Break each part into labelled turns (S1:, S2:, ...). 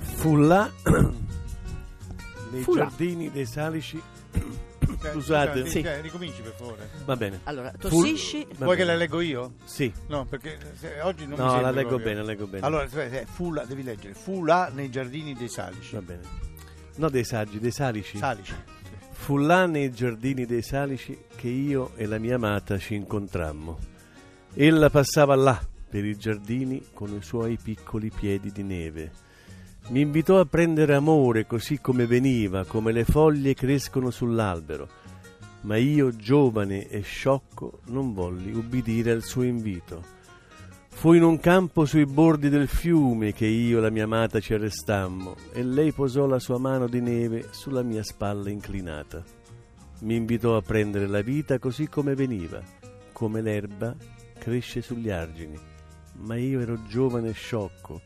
S1: Fu là nei
S2: Fu là.
S1: giardini dei Salici.
S3: Cioè,
S1: Scusate.
S3: scusa,
S2: Sì.
S3: cioè, ricominci per favore.
S1: Va bene.
S4: Allora,
S1: Fu-
S4: tossisci,
S1: Va bene.
S3: Vuoi che la leggo io?
S1: Sì.
S3: No, perché se- oggi non mi
S1: No,
S3: sembra
S1: la leggo
S3: proprio.
S1: bene, la leggo bene.
S3: Allora, aspetta, eh, fu là, devi leggere. Fu là nei giardini dei Salici.
S1: Va bene. No, dei saggi, dei Salici.
S3: Salici.
S1: Fu là nei giardini dei Salici che io e la mia amata ci incontrammo. Ella passava là per i giardini con i suoi piccoli piedi di neve. Mi invitò a prendere amore così come veniva, come le foglie crescono sull'albero. Ma io, giovane e sciocco, non volli ubbidire al suo invito. Fu in un campo sui bordi del fiume che io e la mia amata ci arrestammo e lei posò la sua mano di neve sulla mia spalla inclinata. Mi invitò a prendere la vita così come veniva, come l'erba cresce sugli argini. Ma io ero giovane e sciocco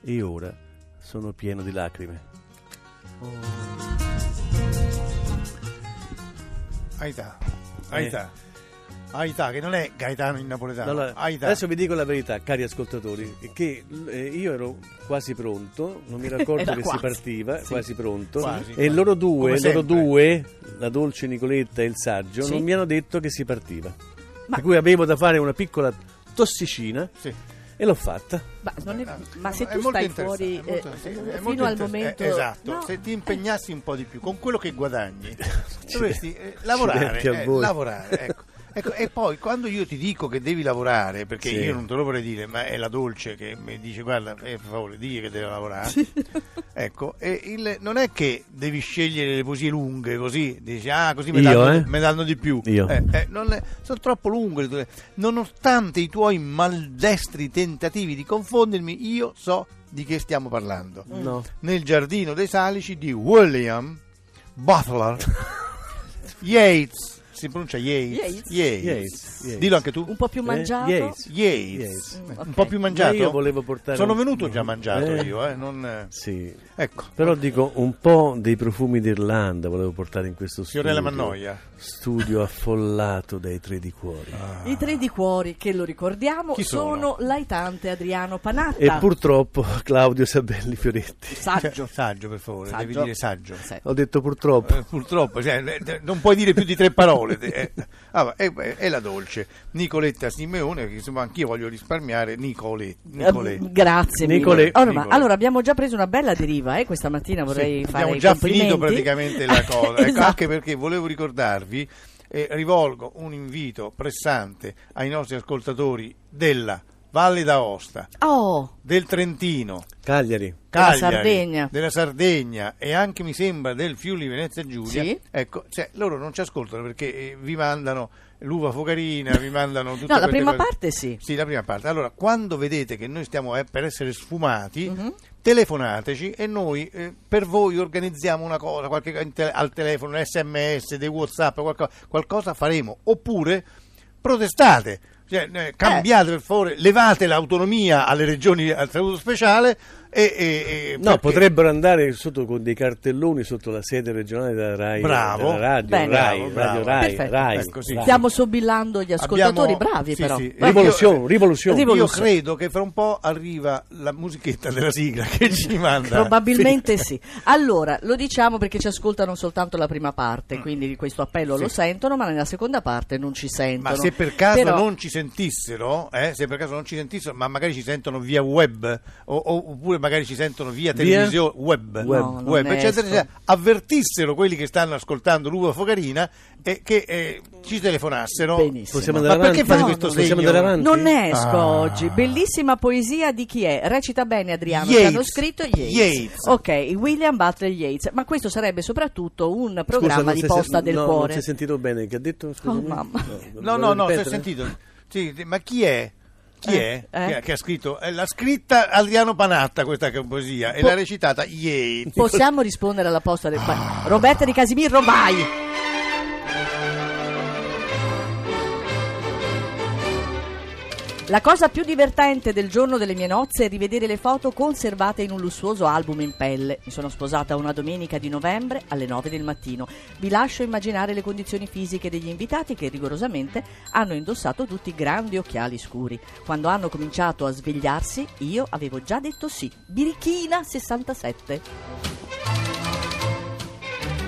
S1: e ora sono pieno di lacrime.
S3: Aità.
S1: Eh.
S3: Aità. Aità, che non è Gaetano in
S4: Ah,
S3: napoletano.
S1: Allora,
S3: Aità.
S1: adesso vi dico la verità, cari ascoltatori, che eh, io ero quasi pronto, non mi ero accorto
S4: Era
S1: che si
S4: quasi,
S1: partiva, quasi pronto,
S3: Quasi,
S1: e
S3: quasi.
S1: loro due,
S3: Come
S1: loro
S3: sempre.
S1: due, la dolce Nicoletta e il saggio,
S4: Sì.
S1: non mi hanno detto che si partiva.
S4: Ma-
S1: Per cui avevo da fare una piccola tossicina
S3: Sì.
S1: e l'ho fatta.
S4: ma, non è- ma se
S3: Eh, È
S4: tu
S3: molto
S4: stai
S3: interessante,
S4: fuori
S3: è molto-
S4: eh,
S3: sì, è molto
S4: fino al
S3: inter-
S4: momento...
S3: eh, esatto,
S4: No,
S3: se ti impegnassi un po' di più con quello che guadagni,
S1: Ci-
S3: dovresti eh, lavorare,
S1: ci metti a
S3: eh,
S1: voi.
S3: lavorare, ecco. Ecco, e poi quando io ti dico che devi lavorare, perché
S1: Sì.
S3: io non te lo vorrei dire, ma è la dolce che mi dice guarda, eh, per favore, digli che devo lavorare. Ecco, e il- non è che devi scegliere le poesie lunghe così, dici ah così mi,
S1: Io,
S3: danno,
S1: eh?
S3: mi danno di più.
S1: Io.
S3: Eh, eh, non è- sono troppo lunghe. le tue- Nonostante i tuoi maldestri tentativi di confondermi, io so di che stiamo parlando.
S4: Mm.
S1: No.
S3: Nel giardino dei salici di William Butler Yates. Si pronuncia Yates.
S4: Yeats?
S1: Yates, Yates.
S3: Dillo anche tu.
S4: Un po' più
S1: Eh?
S4: mangiato?
S1: Yes.
S3: Yates.
S1: Yates.
S4: Mm,
S3: Un
S4: ok.
S3: po' più mangiato.
S1: Ma io volevo portare
S3: Sono
S1: un-
S3: venuto già mangiato
S1: Eh.
S3: io, eh, non- eh,
S1: Sì.
S3: Ecco.
S1: Però dico un po' dei profumi d'Irlanda volevo portare in questo studio.
S3: Fiorella Mannoia. Ah.
S1: Studio affollato dai tre di cuori.
S4: I tre di cuori, che lo ricordiamo,
S3: Chi
S4: sono?
S3: sono?
S4: Laitante Adriano Panatta.
S1: E purtroppo Claudio Sabelli Fioretti.
S4: Saggio.
S3: Cioè, saggio, per favore,
S4: Saggio.
S3: devi dire saggio.
S4: Sì.
S1: Ho detto purtroppo.
S3: Eh, purtroppo, cioè, eh, eh, non puoi dire più di tre parole. te- eh. Ah, ma, eh, eh, è la dolce. Nicoletta Simeone, che insomma anch'io voglio risparmiare. Nicole, Nicoletta.
S4: Eh, Grazie mille.
S1: Nicolè.
S4: Allora, ma-
S3: Nicolè.
S4: allora, abbiamo già preso una bella deriva eh, questa mattina. Vorrei
S3: Sì,
S4: fare
S3: abbiamo
S4: i
S3: già
S4: complimenti.
S3: finito praticamente la cosa Ecco,
S4: Esatto.
S3: anche perché volevo ricordarvi e rivolgo un invito pressante ai nostri ascoltatori della Valle d'Aosta
S4: Oh,
S3: del Trentino
S1: Cagliari.
S4: Della
S3: Cagliari,
S4: Sardegna.
S3: della Sardegna e anche mi sembra del Friuli Venezia Giulia
S4: Sì.
S3: ecco cioè, loro non ci ascoltano perché eh, vi mandano l'uva focarina vi mandano tutte
S4: No, la
S3: queste
S4: prima
S3: cose.
S4: parte sì.
S3: sì la prima parte allora quando vedete che noi stiamo eh, per essere sfumati
S4: Mhm.
S3: telefonateci e noi eh, per voi organizziamo una cosa qualche, in te- al telefono un sms dei whatsapp qualco- qualcosa faremo oppure protestate cioè, eh, cambiate per favore levate l'autonomia alle regioni al saluto speciale e, e- e-
S1: No,
S3: perché-
S1: potrebbero andare sotto con dei cartelloni sotto la sede regionale della RAI.
S3: Bravo.
S1: della radio,
S4: Bene.
S1: RAI,
S3: Bravo,
S1: radio,
S3: bravo.
S1: RAI,
S4: Perfetto.
S1: RAI,
S3: Ecco, sì.
S1: RAI.
S4: Stiamo sobillando gli ascoltatori,
S3: Abbiamo-
S4: bravi
S3: sì,
S4: però.
S3: sì.
S4: Vai.
S1: Rivoluzione,
S3: Io-
S1: rivoluzione.
S3: Io
S4: Rivoluzione.
S3: credo che fra un po' arriva la musichetta della sigla che ci manda.
S4: Probabilmente sì. Allora, lo diciamo perché ci ascoltano soltanto la prima parte, quindi questo appello lo sentono, ma nella seconda parte non ci sentono.
S3: Ma se per caso
S4: Però-
S3: non ci sentissero, eh, se per caso non ci sentissero, ma magari ci sentono via web, o- o- oppure magari ci sentono via
S1: Via?
S3: televisione, web,
S1: Web.
S4: No, non
S3: web,
S4: ne
S3: eccetera,
S4: esco.
S3: eccetera, avvertissero quelli che stanno ascoltando l'uva focarina e che eh, ci telefonassero.
S4: Benissimo.
S1: Possiamo
S3: Ma
S1: andare
S3: perché
S1: avanti?
S3: fate
S4: No,
S3: questo
S4: no,
S3: segno?
S1: Possiamo andare avanti?
S4: Non ne esco
S3: Ah.
S4: oggi. Bellissima poesia di chi è? Recita bene Adriano.
S3: Yeats.
S4: Ci hanno scritto Yates.
S3: Yeats.
S4: Ok, William Butler Yates. Ma questo sarebbe soprattutto un
S1: Scusa,
S4: programma
S1: non
S4: di
S1: si è sen-
S4: posta del
S1: no, Non
S4: cuore. Oh,
S1: si è sentito bene che ha detto? Scusami.
S4: mamma.
S3: No, no, no, si è sentito. Sì, sì, ma chi è? Chi
S4: Eh,
S3: è? Chi
S4: eh.
S3: è che ha scritto? Eh, l'ha scritta Adriano Panatta questa che- poesia e
S4: Po-
S3: l'ha recitata Yates.
S4: Possiamo rispondere alla posta del pa- Roberta di Casimiro, vai! La cosa più divertente del giorno delle mie nozze è rivedere le foto conservate in un lussuoso album in pelle. Mi sono sposata una domenica di novembre alle 9 del mattino. Vi lascio immaginare le condizioni fisiche degli invitati che rigorosamente hanno indossato tutti grandi occhiali scuri. Quando hanno cominciato a svegliarsi, io avevo già detto sì. Birichina 67.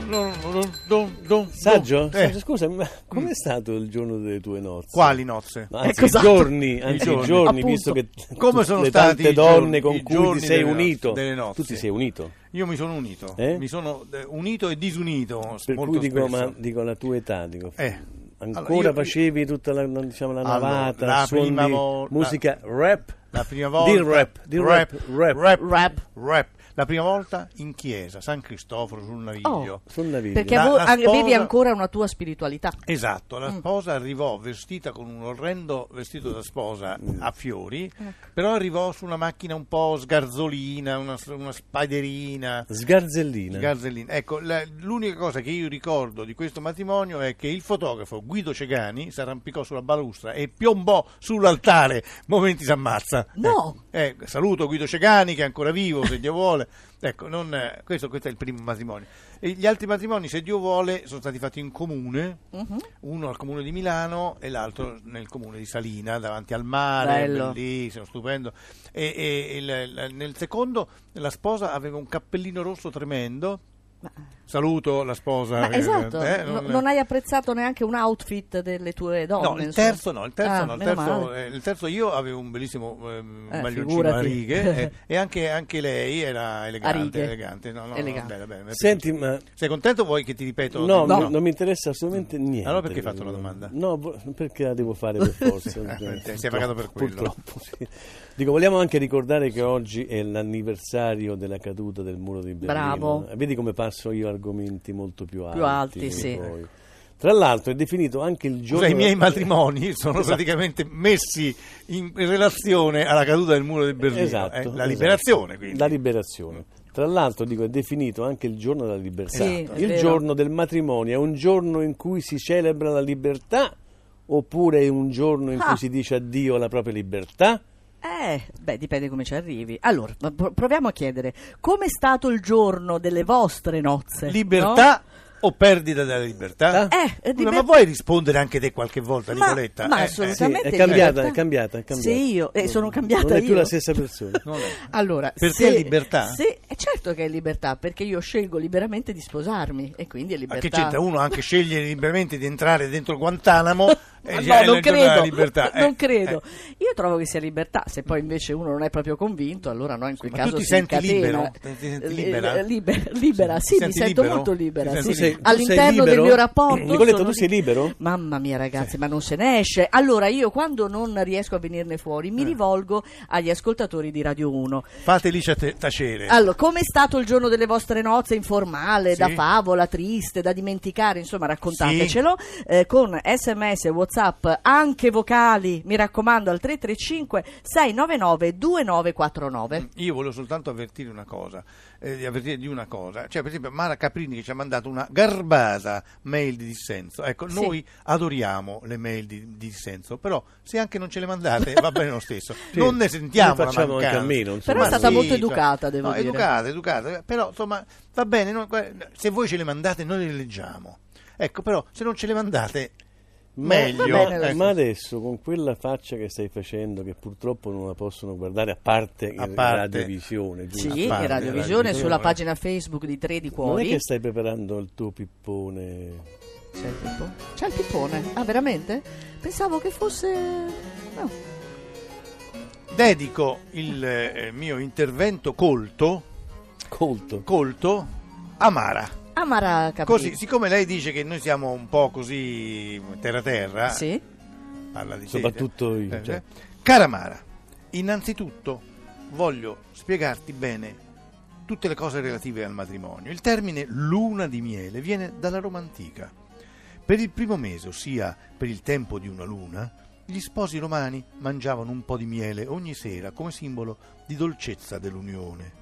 S3: No, no, no, no, no,
S1: Saggio, Saggio,
S3: no. Eh,
S1: scusa, ma com'è stato il giorno delle tue nozze?
S3: quali nozze?
S1: Ma Anzi,
S4: Ecco, esatto.
S1: i giorni, anzi, i
S3: giorni.
S1: giorni, visto che
S4: Appunto.
S1: t-
S3: Come
S1: tutte
S3: sono
S1: le
S3: stati
S1: tante
S3: i giorni-
S1: donne
S3: i
S1: con cui
S3: giorni
S1: ti sei
S3: delle nozze-
S1: unito,
S3: delle nozze.
S1: tu ti sei unito.
S3: Io mi sono unito,
S1: Eh?
S3: mi sono eh, unito e disunito. s-
S1: Per
S3: molto
S1: cui dico,
S3: spesso.
S1: ma dico la tua età, dico,
S3: Eh,
S1: ancora
S3: allora, io-
S1: facevi tutta la, la- diciamo, la
S3: Allora,
S1: navata,
S3: la
S1: suoni
S3: prima
S1: di
S3: vol- la-
S1: musica rap,
S3: La prima volta
S1: di rap, di rap, rap,
S3: rap,
S4: Rap.
S3: rap. La prima volta in chiesa, San Cristoforo sul Naviglio.
S4: Oh.
S1: sul naviglio.
S4: Perché
S3: La-
S4: avo-
S3: la sposa-
S4: avevi ancora una tua spiritualità.
S3: Esatto,
S4: Mm.
S3: la sposa arrivò vestita con un orrendo vestito da sposa
S1: Mm.
S3: a fiori,
S4: Ecco.
S3: però arrivò su una macchina un po' sgarzolina, una, una spaderina.
S1: Sgarzellina.
S3: Garzellina. Ecco, la- l'unica cosa che io ricordo di questo matrimonio è che il fotografo Guido Cegani si arrampicò sulla balustra e piombò sull'altare. Momenti si ammazza.
S4: No!
S3: Eh, eh, saluto Guido Cegani che è ancora vivo, se Dio vuole. Ecco, non, eh, questo, questo è il primo matrimonio. E gli altri matrimoni, se Dio vuole, sono stati fatti in comune,
S4: Mhm.
S3: uno al comune di Milano e l'altro nel comune di Salina, davanti al mare,
S4: Bello.
S3: bellissimo, stupendo. E, e il- la- nel secondo la sposa aveva un cappellino rosso tremendo. Saluto la sposa.
S4: Ma
S3: eh,
S4: esatto,
S3: Ah, eh,
S4: no- non hai apprezzato neanche un outfit delle tue donne.
S3: No, il
S4: insomma.
S3: terzo no, il terzo
S4: Ah,
S3: no, il
S4: meno
S3: terzo,
S4: male.
S3: eh, il terzo io avevo un bellissimo ehm,
S4: Eh,
S3: maglioncino
S4: figurati.
S3: a righe eh, e anche, anche lei era
S4: A
S3: elegante,
S4: righe.
S3: elegante. No, no, no,
S4: Elegante.
S3: bella, bella, mi è
S1: Senti, ma
S3: piaciuta. Sei contento o vuoi che ti ripeto?
S1: No,
S4: no.
S1: no, non mi interessa assolutamente niente.
S3: Allora perché hai fatto la domanda?
S1: No, vo- perché la devo fare per forza.
S3: Eh,
S1: Eh,
S3: ti sei pagato per quello.
S1: Purtroppo, sì. Dico, vogliamo anche ricordare che oggi è l'anniversario della caduta del muro di Berlino.
S4: Bravo.
S1: Eh, Vedi come passo io a argomenti molto più alti.
S4: Più alti,
S1: di
S4: sì.
S1: voi. Tra l'altro è definito anche il giorno...
S3: Scusa, I miei matrimoni sono
S1: Esatto.
S3: praticamente messi in relazione alla caduta del muro di Berlino,
S1: Esatto,
S3: eh, la
S1: esatto.
S3: liberazione quindi.
S1: La liberazione. Tra l'altro, dico, è definito anche il giorno della libertà.
S4: Sì, è
S1: il
S4: vero.
S1: giorno del matrimonio è un giorno in cui si celebra la libertà oppure è un giorno in
S4: Ah.
S1: cui si dice addio alla propria libertà?
S4: Eh, beh, dipende come ci arrivi. Allora, ma pro- proviamo a chiedere, com'è stato il giorno delle vostre nozze?
S3: libertà o perdita della libertà?
S4: Eh, eh,
S3: Scusa,
S4: liber-
S3: Ma vuoi rispondere anche te qualche volta,
S4: no?
S3: Nicoletta?
S4: Ma, ma
S3: Eh, eh.
S4: assolutamente.
S1: Sì, è cambiata,
S4: libertà.
S1: è cambiata, è cambiata.
S4: Sì, io, eh, sono cambiata
S1: Non è più
S4: io.
S1: la stessa persona.
S3: Non è.
S4: Allora,
S3: Per
S4: se-
S3: te è libertà?
S4: Sì, è certo che è libertà, perché io scelgo liberamente di sposarmi e quindi è
S3: Ma
S4: libertà.
S3: che c'entra uno anche scegliere liberamente di entrare dentro Guantanamo
S4: Ma
S3: e
S4: no,
S3: la
S4: non credo,
S3: libertà. Eh,
S4: non credo. Io trovo che sia libertà, se poi invece uno non è proprio convinto, allora no, in quel
S3: Ma tu
S4: caso
S3: ti
S4: si
S3: senti
S4: incatena.
S3: libero? Ti senti
S4: Eh,
S3: libera?
S4: eh, liber- libera,
S3: Ti
S4: sì, mi
S3: senti
S4: sento
S3: libero?
S4: molto
S3: Ti
S4: libera.
S3: senti
S4: sì.
S1: Tu sei- tu sei
S4: All'interno del
S1: libero?
S4: mio rapporto.
S1: Nicoletta,
S4: sono
S1: tu sei
S4: lib-
S1: libero?
S4: Mamma mia ragazzi, ma non se ne esce. Allora io quando non riesco a venirne fuori
S3: Eh.
S4: mi rivolgo agli ascoltatori di Radio 1.
S3: Fateli cia- tacere.
S4: Allora, com'è stato il giorno delle vostre nozze informale,
S3: Sì.
S4: da favola, triste, da dimenticare, insomma raccontatecelo eh, con sms, whatsapp, anche vocali, mi raccomando al 335 699 2949.
S1: Mm,
S3: Io volevo soltanto avvertire una cosa, eh, di avvertire di una cosa, cioè per esempio Mara Caprini che ci ha mandato una garbata mail di dissenso, ecco
S4: Sì.
S3: noi adoriamo le mail di, di dissenso, però se anche non ce le mandate va bene lo stesso, non ne sentiamo
S1: Ne
S3: la
S1: facciamo anche a
S3: mancanza.
S1: meno, insomma.
S4: Però è
S3: Ma
S4: stata molto
S3: cioè,
S4: educata, devo
S3: no,
S4: dire.
S3: educata, educata, però insomma va bene, no, guarda, se voi ce le mandate noi le leggiamo, ecco però se non ce le mandate meglio.
S4: va bene,
S3: ecco.
S1: ma adesso con quella faccia che stai facendo, che purtroppo non la possono guardare a parte in
S3: A parte.
S1: radiovisione, giusto?
S4: Sì,
S3: parte,
S4: in radiovisione,
S3: radiovisione.
S4: sulla pagina Facebook di Tre di
S1: Non è
S4: Cuori.
S1: che stai preparando il tuo pippone
S4: C'è il pippone? C'è il pippone? Ah, veramente? Pensavo che fosse... no.
S3: Dedico il eh, mio intervento colto,
S1: colto.
S3: colto a Mara.
S4: Amara Caprini.
S3: Così, siccome lei dice che noi siamo un po' così terra terra,
S4: Sì?
S3: parla di
S1: Soprattutto
S3: sete,
S1: io,
S3: eh,
S1: cioè.
S3: eh. cara Mara, innanzitutto voglio spiegarti bene tutte le cose relative al matrimonio. Il termine luna di miele viene dalla Roma antica. Per il primo mese, ossia per il tempo di una luna, gli sposi romani mangiavano un po' di miele ogni sera come simbolo di dolcezza dell'unione.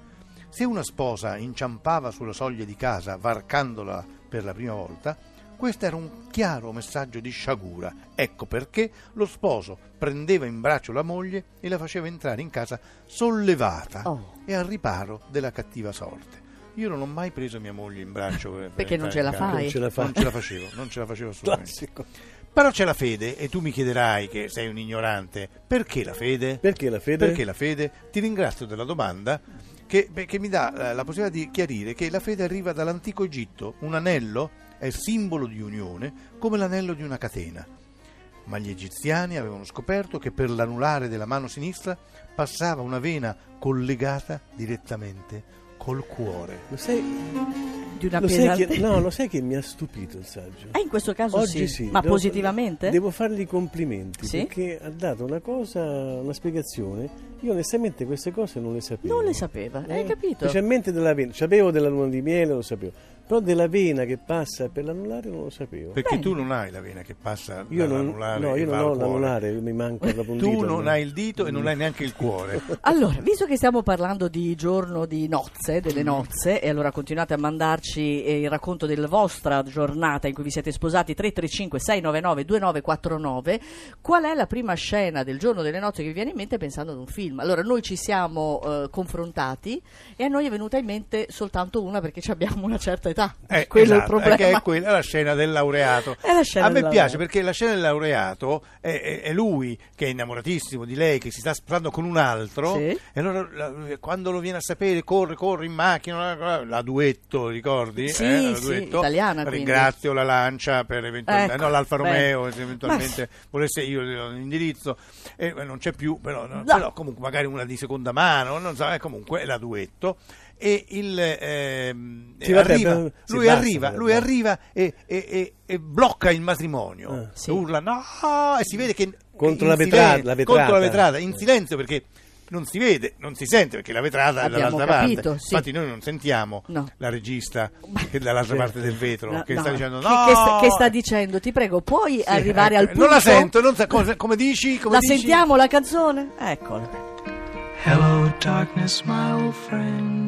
S3: Se una sposa inciampava sulla soglia di casa varcandola per la prima volta, Questo era un chiaro messaggio di sciagura. Ecco perché lo sposo prendeva in braccio la moglie e la faceva entrare in casa
S1: Ah.
S3: sollevata
S4: Oh.
S3: e al riparo della cattiva sorte. Io non ho mai preso mia moglie in braccio per- per
S4: Perché non
S3: entrare
S4: ce
S3: in
S4: la
S3: casa.
S1: Non ce la fa.
S3: Non ce la facevo, non ce la facevo assolutamente.
S1: Classico.
S3: Però c'è la fede e tu mi chiederai che sei un ignorante, perché la fede?
S1: Perché la fede?
S3: Perché la fede? Ti ringrazio della domanda che, beh, che mi dà eh, la possibilità di chiarire che la fede arriva dall'antico Egitto. Un anello è simbolo di unione come l'anello di una catena. Ma gli egiziani avevano scoperto che per l'anulare della mano sinistra passava una vena collegata direttamente col cuore.
S1: Lo sai,
S4: Di una
S1: lo sai
S4: pesante...
S1: che, no, lo sai che mi ha stupito il saggio?
S4: Eh, in questo caso
S1: Oggi sì,
S4: ma
S1: devo-
S4: positivamente?
S1: Devo fargli i complimenti
S4: Sì?
S1: perché ha dato una cosa, una spiegazione. Io onestamente queste cose non le sapevo. Eh?
S4: Non le sapeva,
S3: Eh,
S4: hai capito?
S1: Specialmente della vena. Sapevo della luna di miele, lo sapevo. Però della vena che passa per l'anulare non lo sapevo.
S3: Perché
S4: Bene.
S3: tu non hai la vena che passa
S1: Io non,
S3: dall'anulare
S1: no,
S3: e
S1: io non
S3: va al
S1: ho
S3: cuore.
S1: l'anulare, mi manca proprio un
S3: Tu
S1: dito.
S3: non hai il dito e non hai neanche il cuore.
S4: Allora, visto che stiamo parlando di giorno di nozze, delle nozze, e allora continuate a mandarci eh, il racconto della vostra giornata in cui vi siete sposati 335 699 2949, qual è la prima scena del giorno delle nozze che vi viene in mente pensando ad un film? Allora, noi ci siamo eh, confrontati e a noi è venuta in mente soltanto una perché ci abbiamo una certa età.
S3: Eh,
S4: Quello è
S3: esatto,
S4: il
S3: Che
S4: problema.
S3: è quella, la scena del laureato.
S4: È la scena
S3: a me
S4: del
S3: piace
S4: laureato.
S3: perché la scena del laureato è, è- è lui che è innamoratissimo di lei, che si sta sposando con un altro.
S4: Sì.
S3: E allora la- quando lo viene a sapere, corre, corre in macchina. La, la duetto, ricordi?
S4: Sì,
S3: Eh, la
S4: sì,
S3: duetto.
S4: italiana, quindi.
S3: Ringrazio la Lancia per eventualmente.
S4: Ecco,
S3: no, l'Alfa
S4: beh.
S3: Romeo,
S4: Ma
S3: se eventualmente volesse io l'indirizzo. Eh, non c'è più, però, no,
S4: No.
S3: però comunque magari una di seconda mano, non so, eh, comunque la duetto. E il ehm,
S1: Sì,
S3: eh,
S1: vabbè,
S3: arriva,
S1: però- sì,
S3: lui,
S1: basta,
S3: arriva, lui
S1: vabbè.
S3: arriva e, e- e- e blocca il matrimonio.
S1: Ah.
S4: Sì.
S3: E Urla no! E si vede che.
S1: Contro
S3: in
S1: la vetrata-
S3: silen-
S1: la vetrata.
S3: contro la vetrata, in
S1: Eh.
S3: silenzio perché non si vede, non si sente perché la vetrata è
S4: Abbiamo
S3: dall'altra
S4: capito,
S3: parte.
S4: sì.
S3: Infatti, noi non sentiamo
S4: No.
S3: la regista che è dall'altra parte del vetro
S4: No,
S3: che
S4: no,
S3: sta dicendo
S4: che-
S3: no.
S4: che sta- che sta dicendo? Ti prego, puoi
S3: Sì,
S4: arrivare al
S3: eh,
S4: punto?
S3: Non la sento, non sa cosa- come dici. Come
S4: la
S3: dici?
S4: sentiamo la canzone? Eccola.
S2: Hello, darkness, my old friend.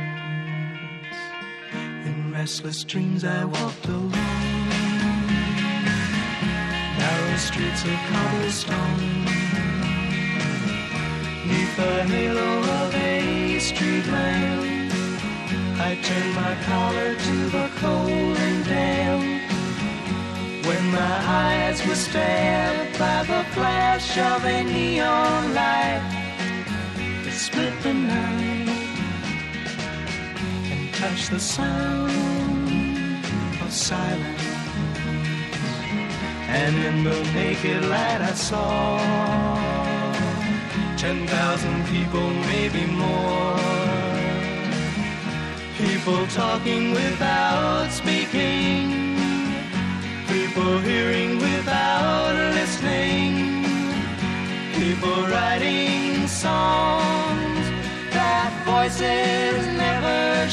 S2: In restless dreams, I walked alone, narrow streets of cobblestone, neath the halo of a street lamp. I turned my collar to the cold and damp. When my eyes were stabbed by the flash of a neon light that split the night and touched the sound of silence. And in the naked light I saw ten thousand people, maybe more. People talking without speaking. People hearing without listening. People writing songs that voices never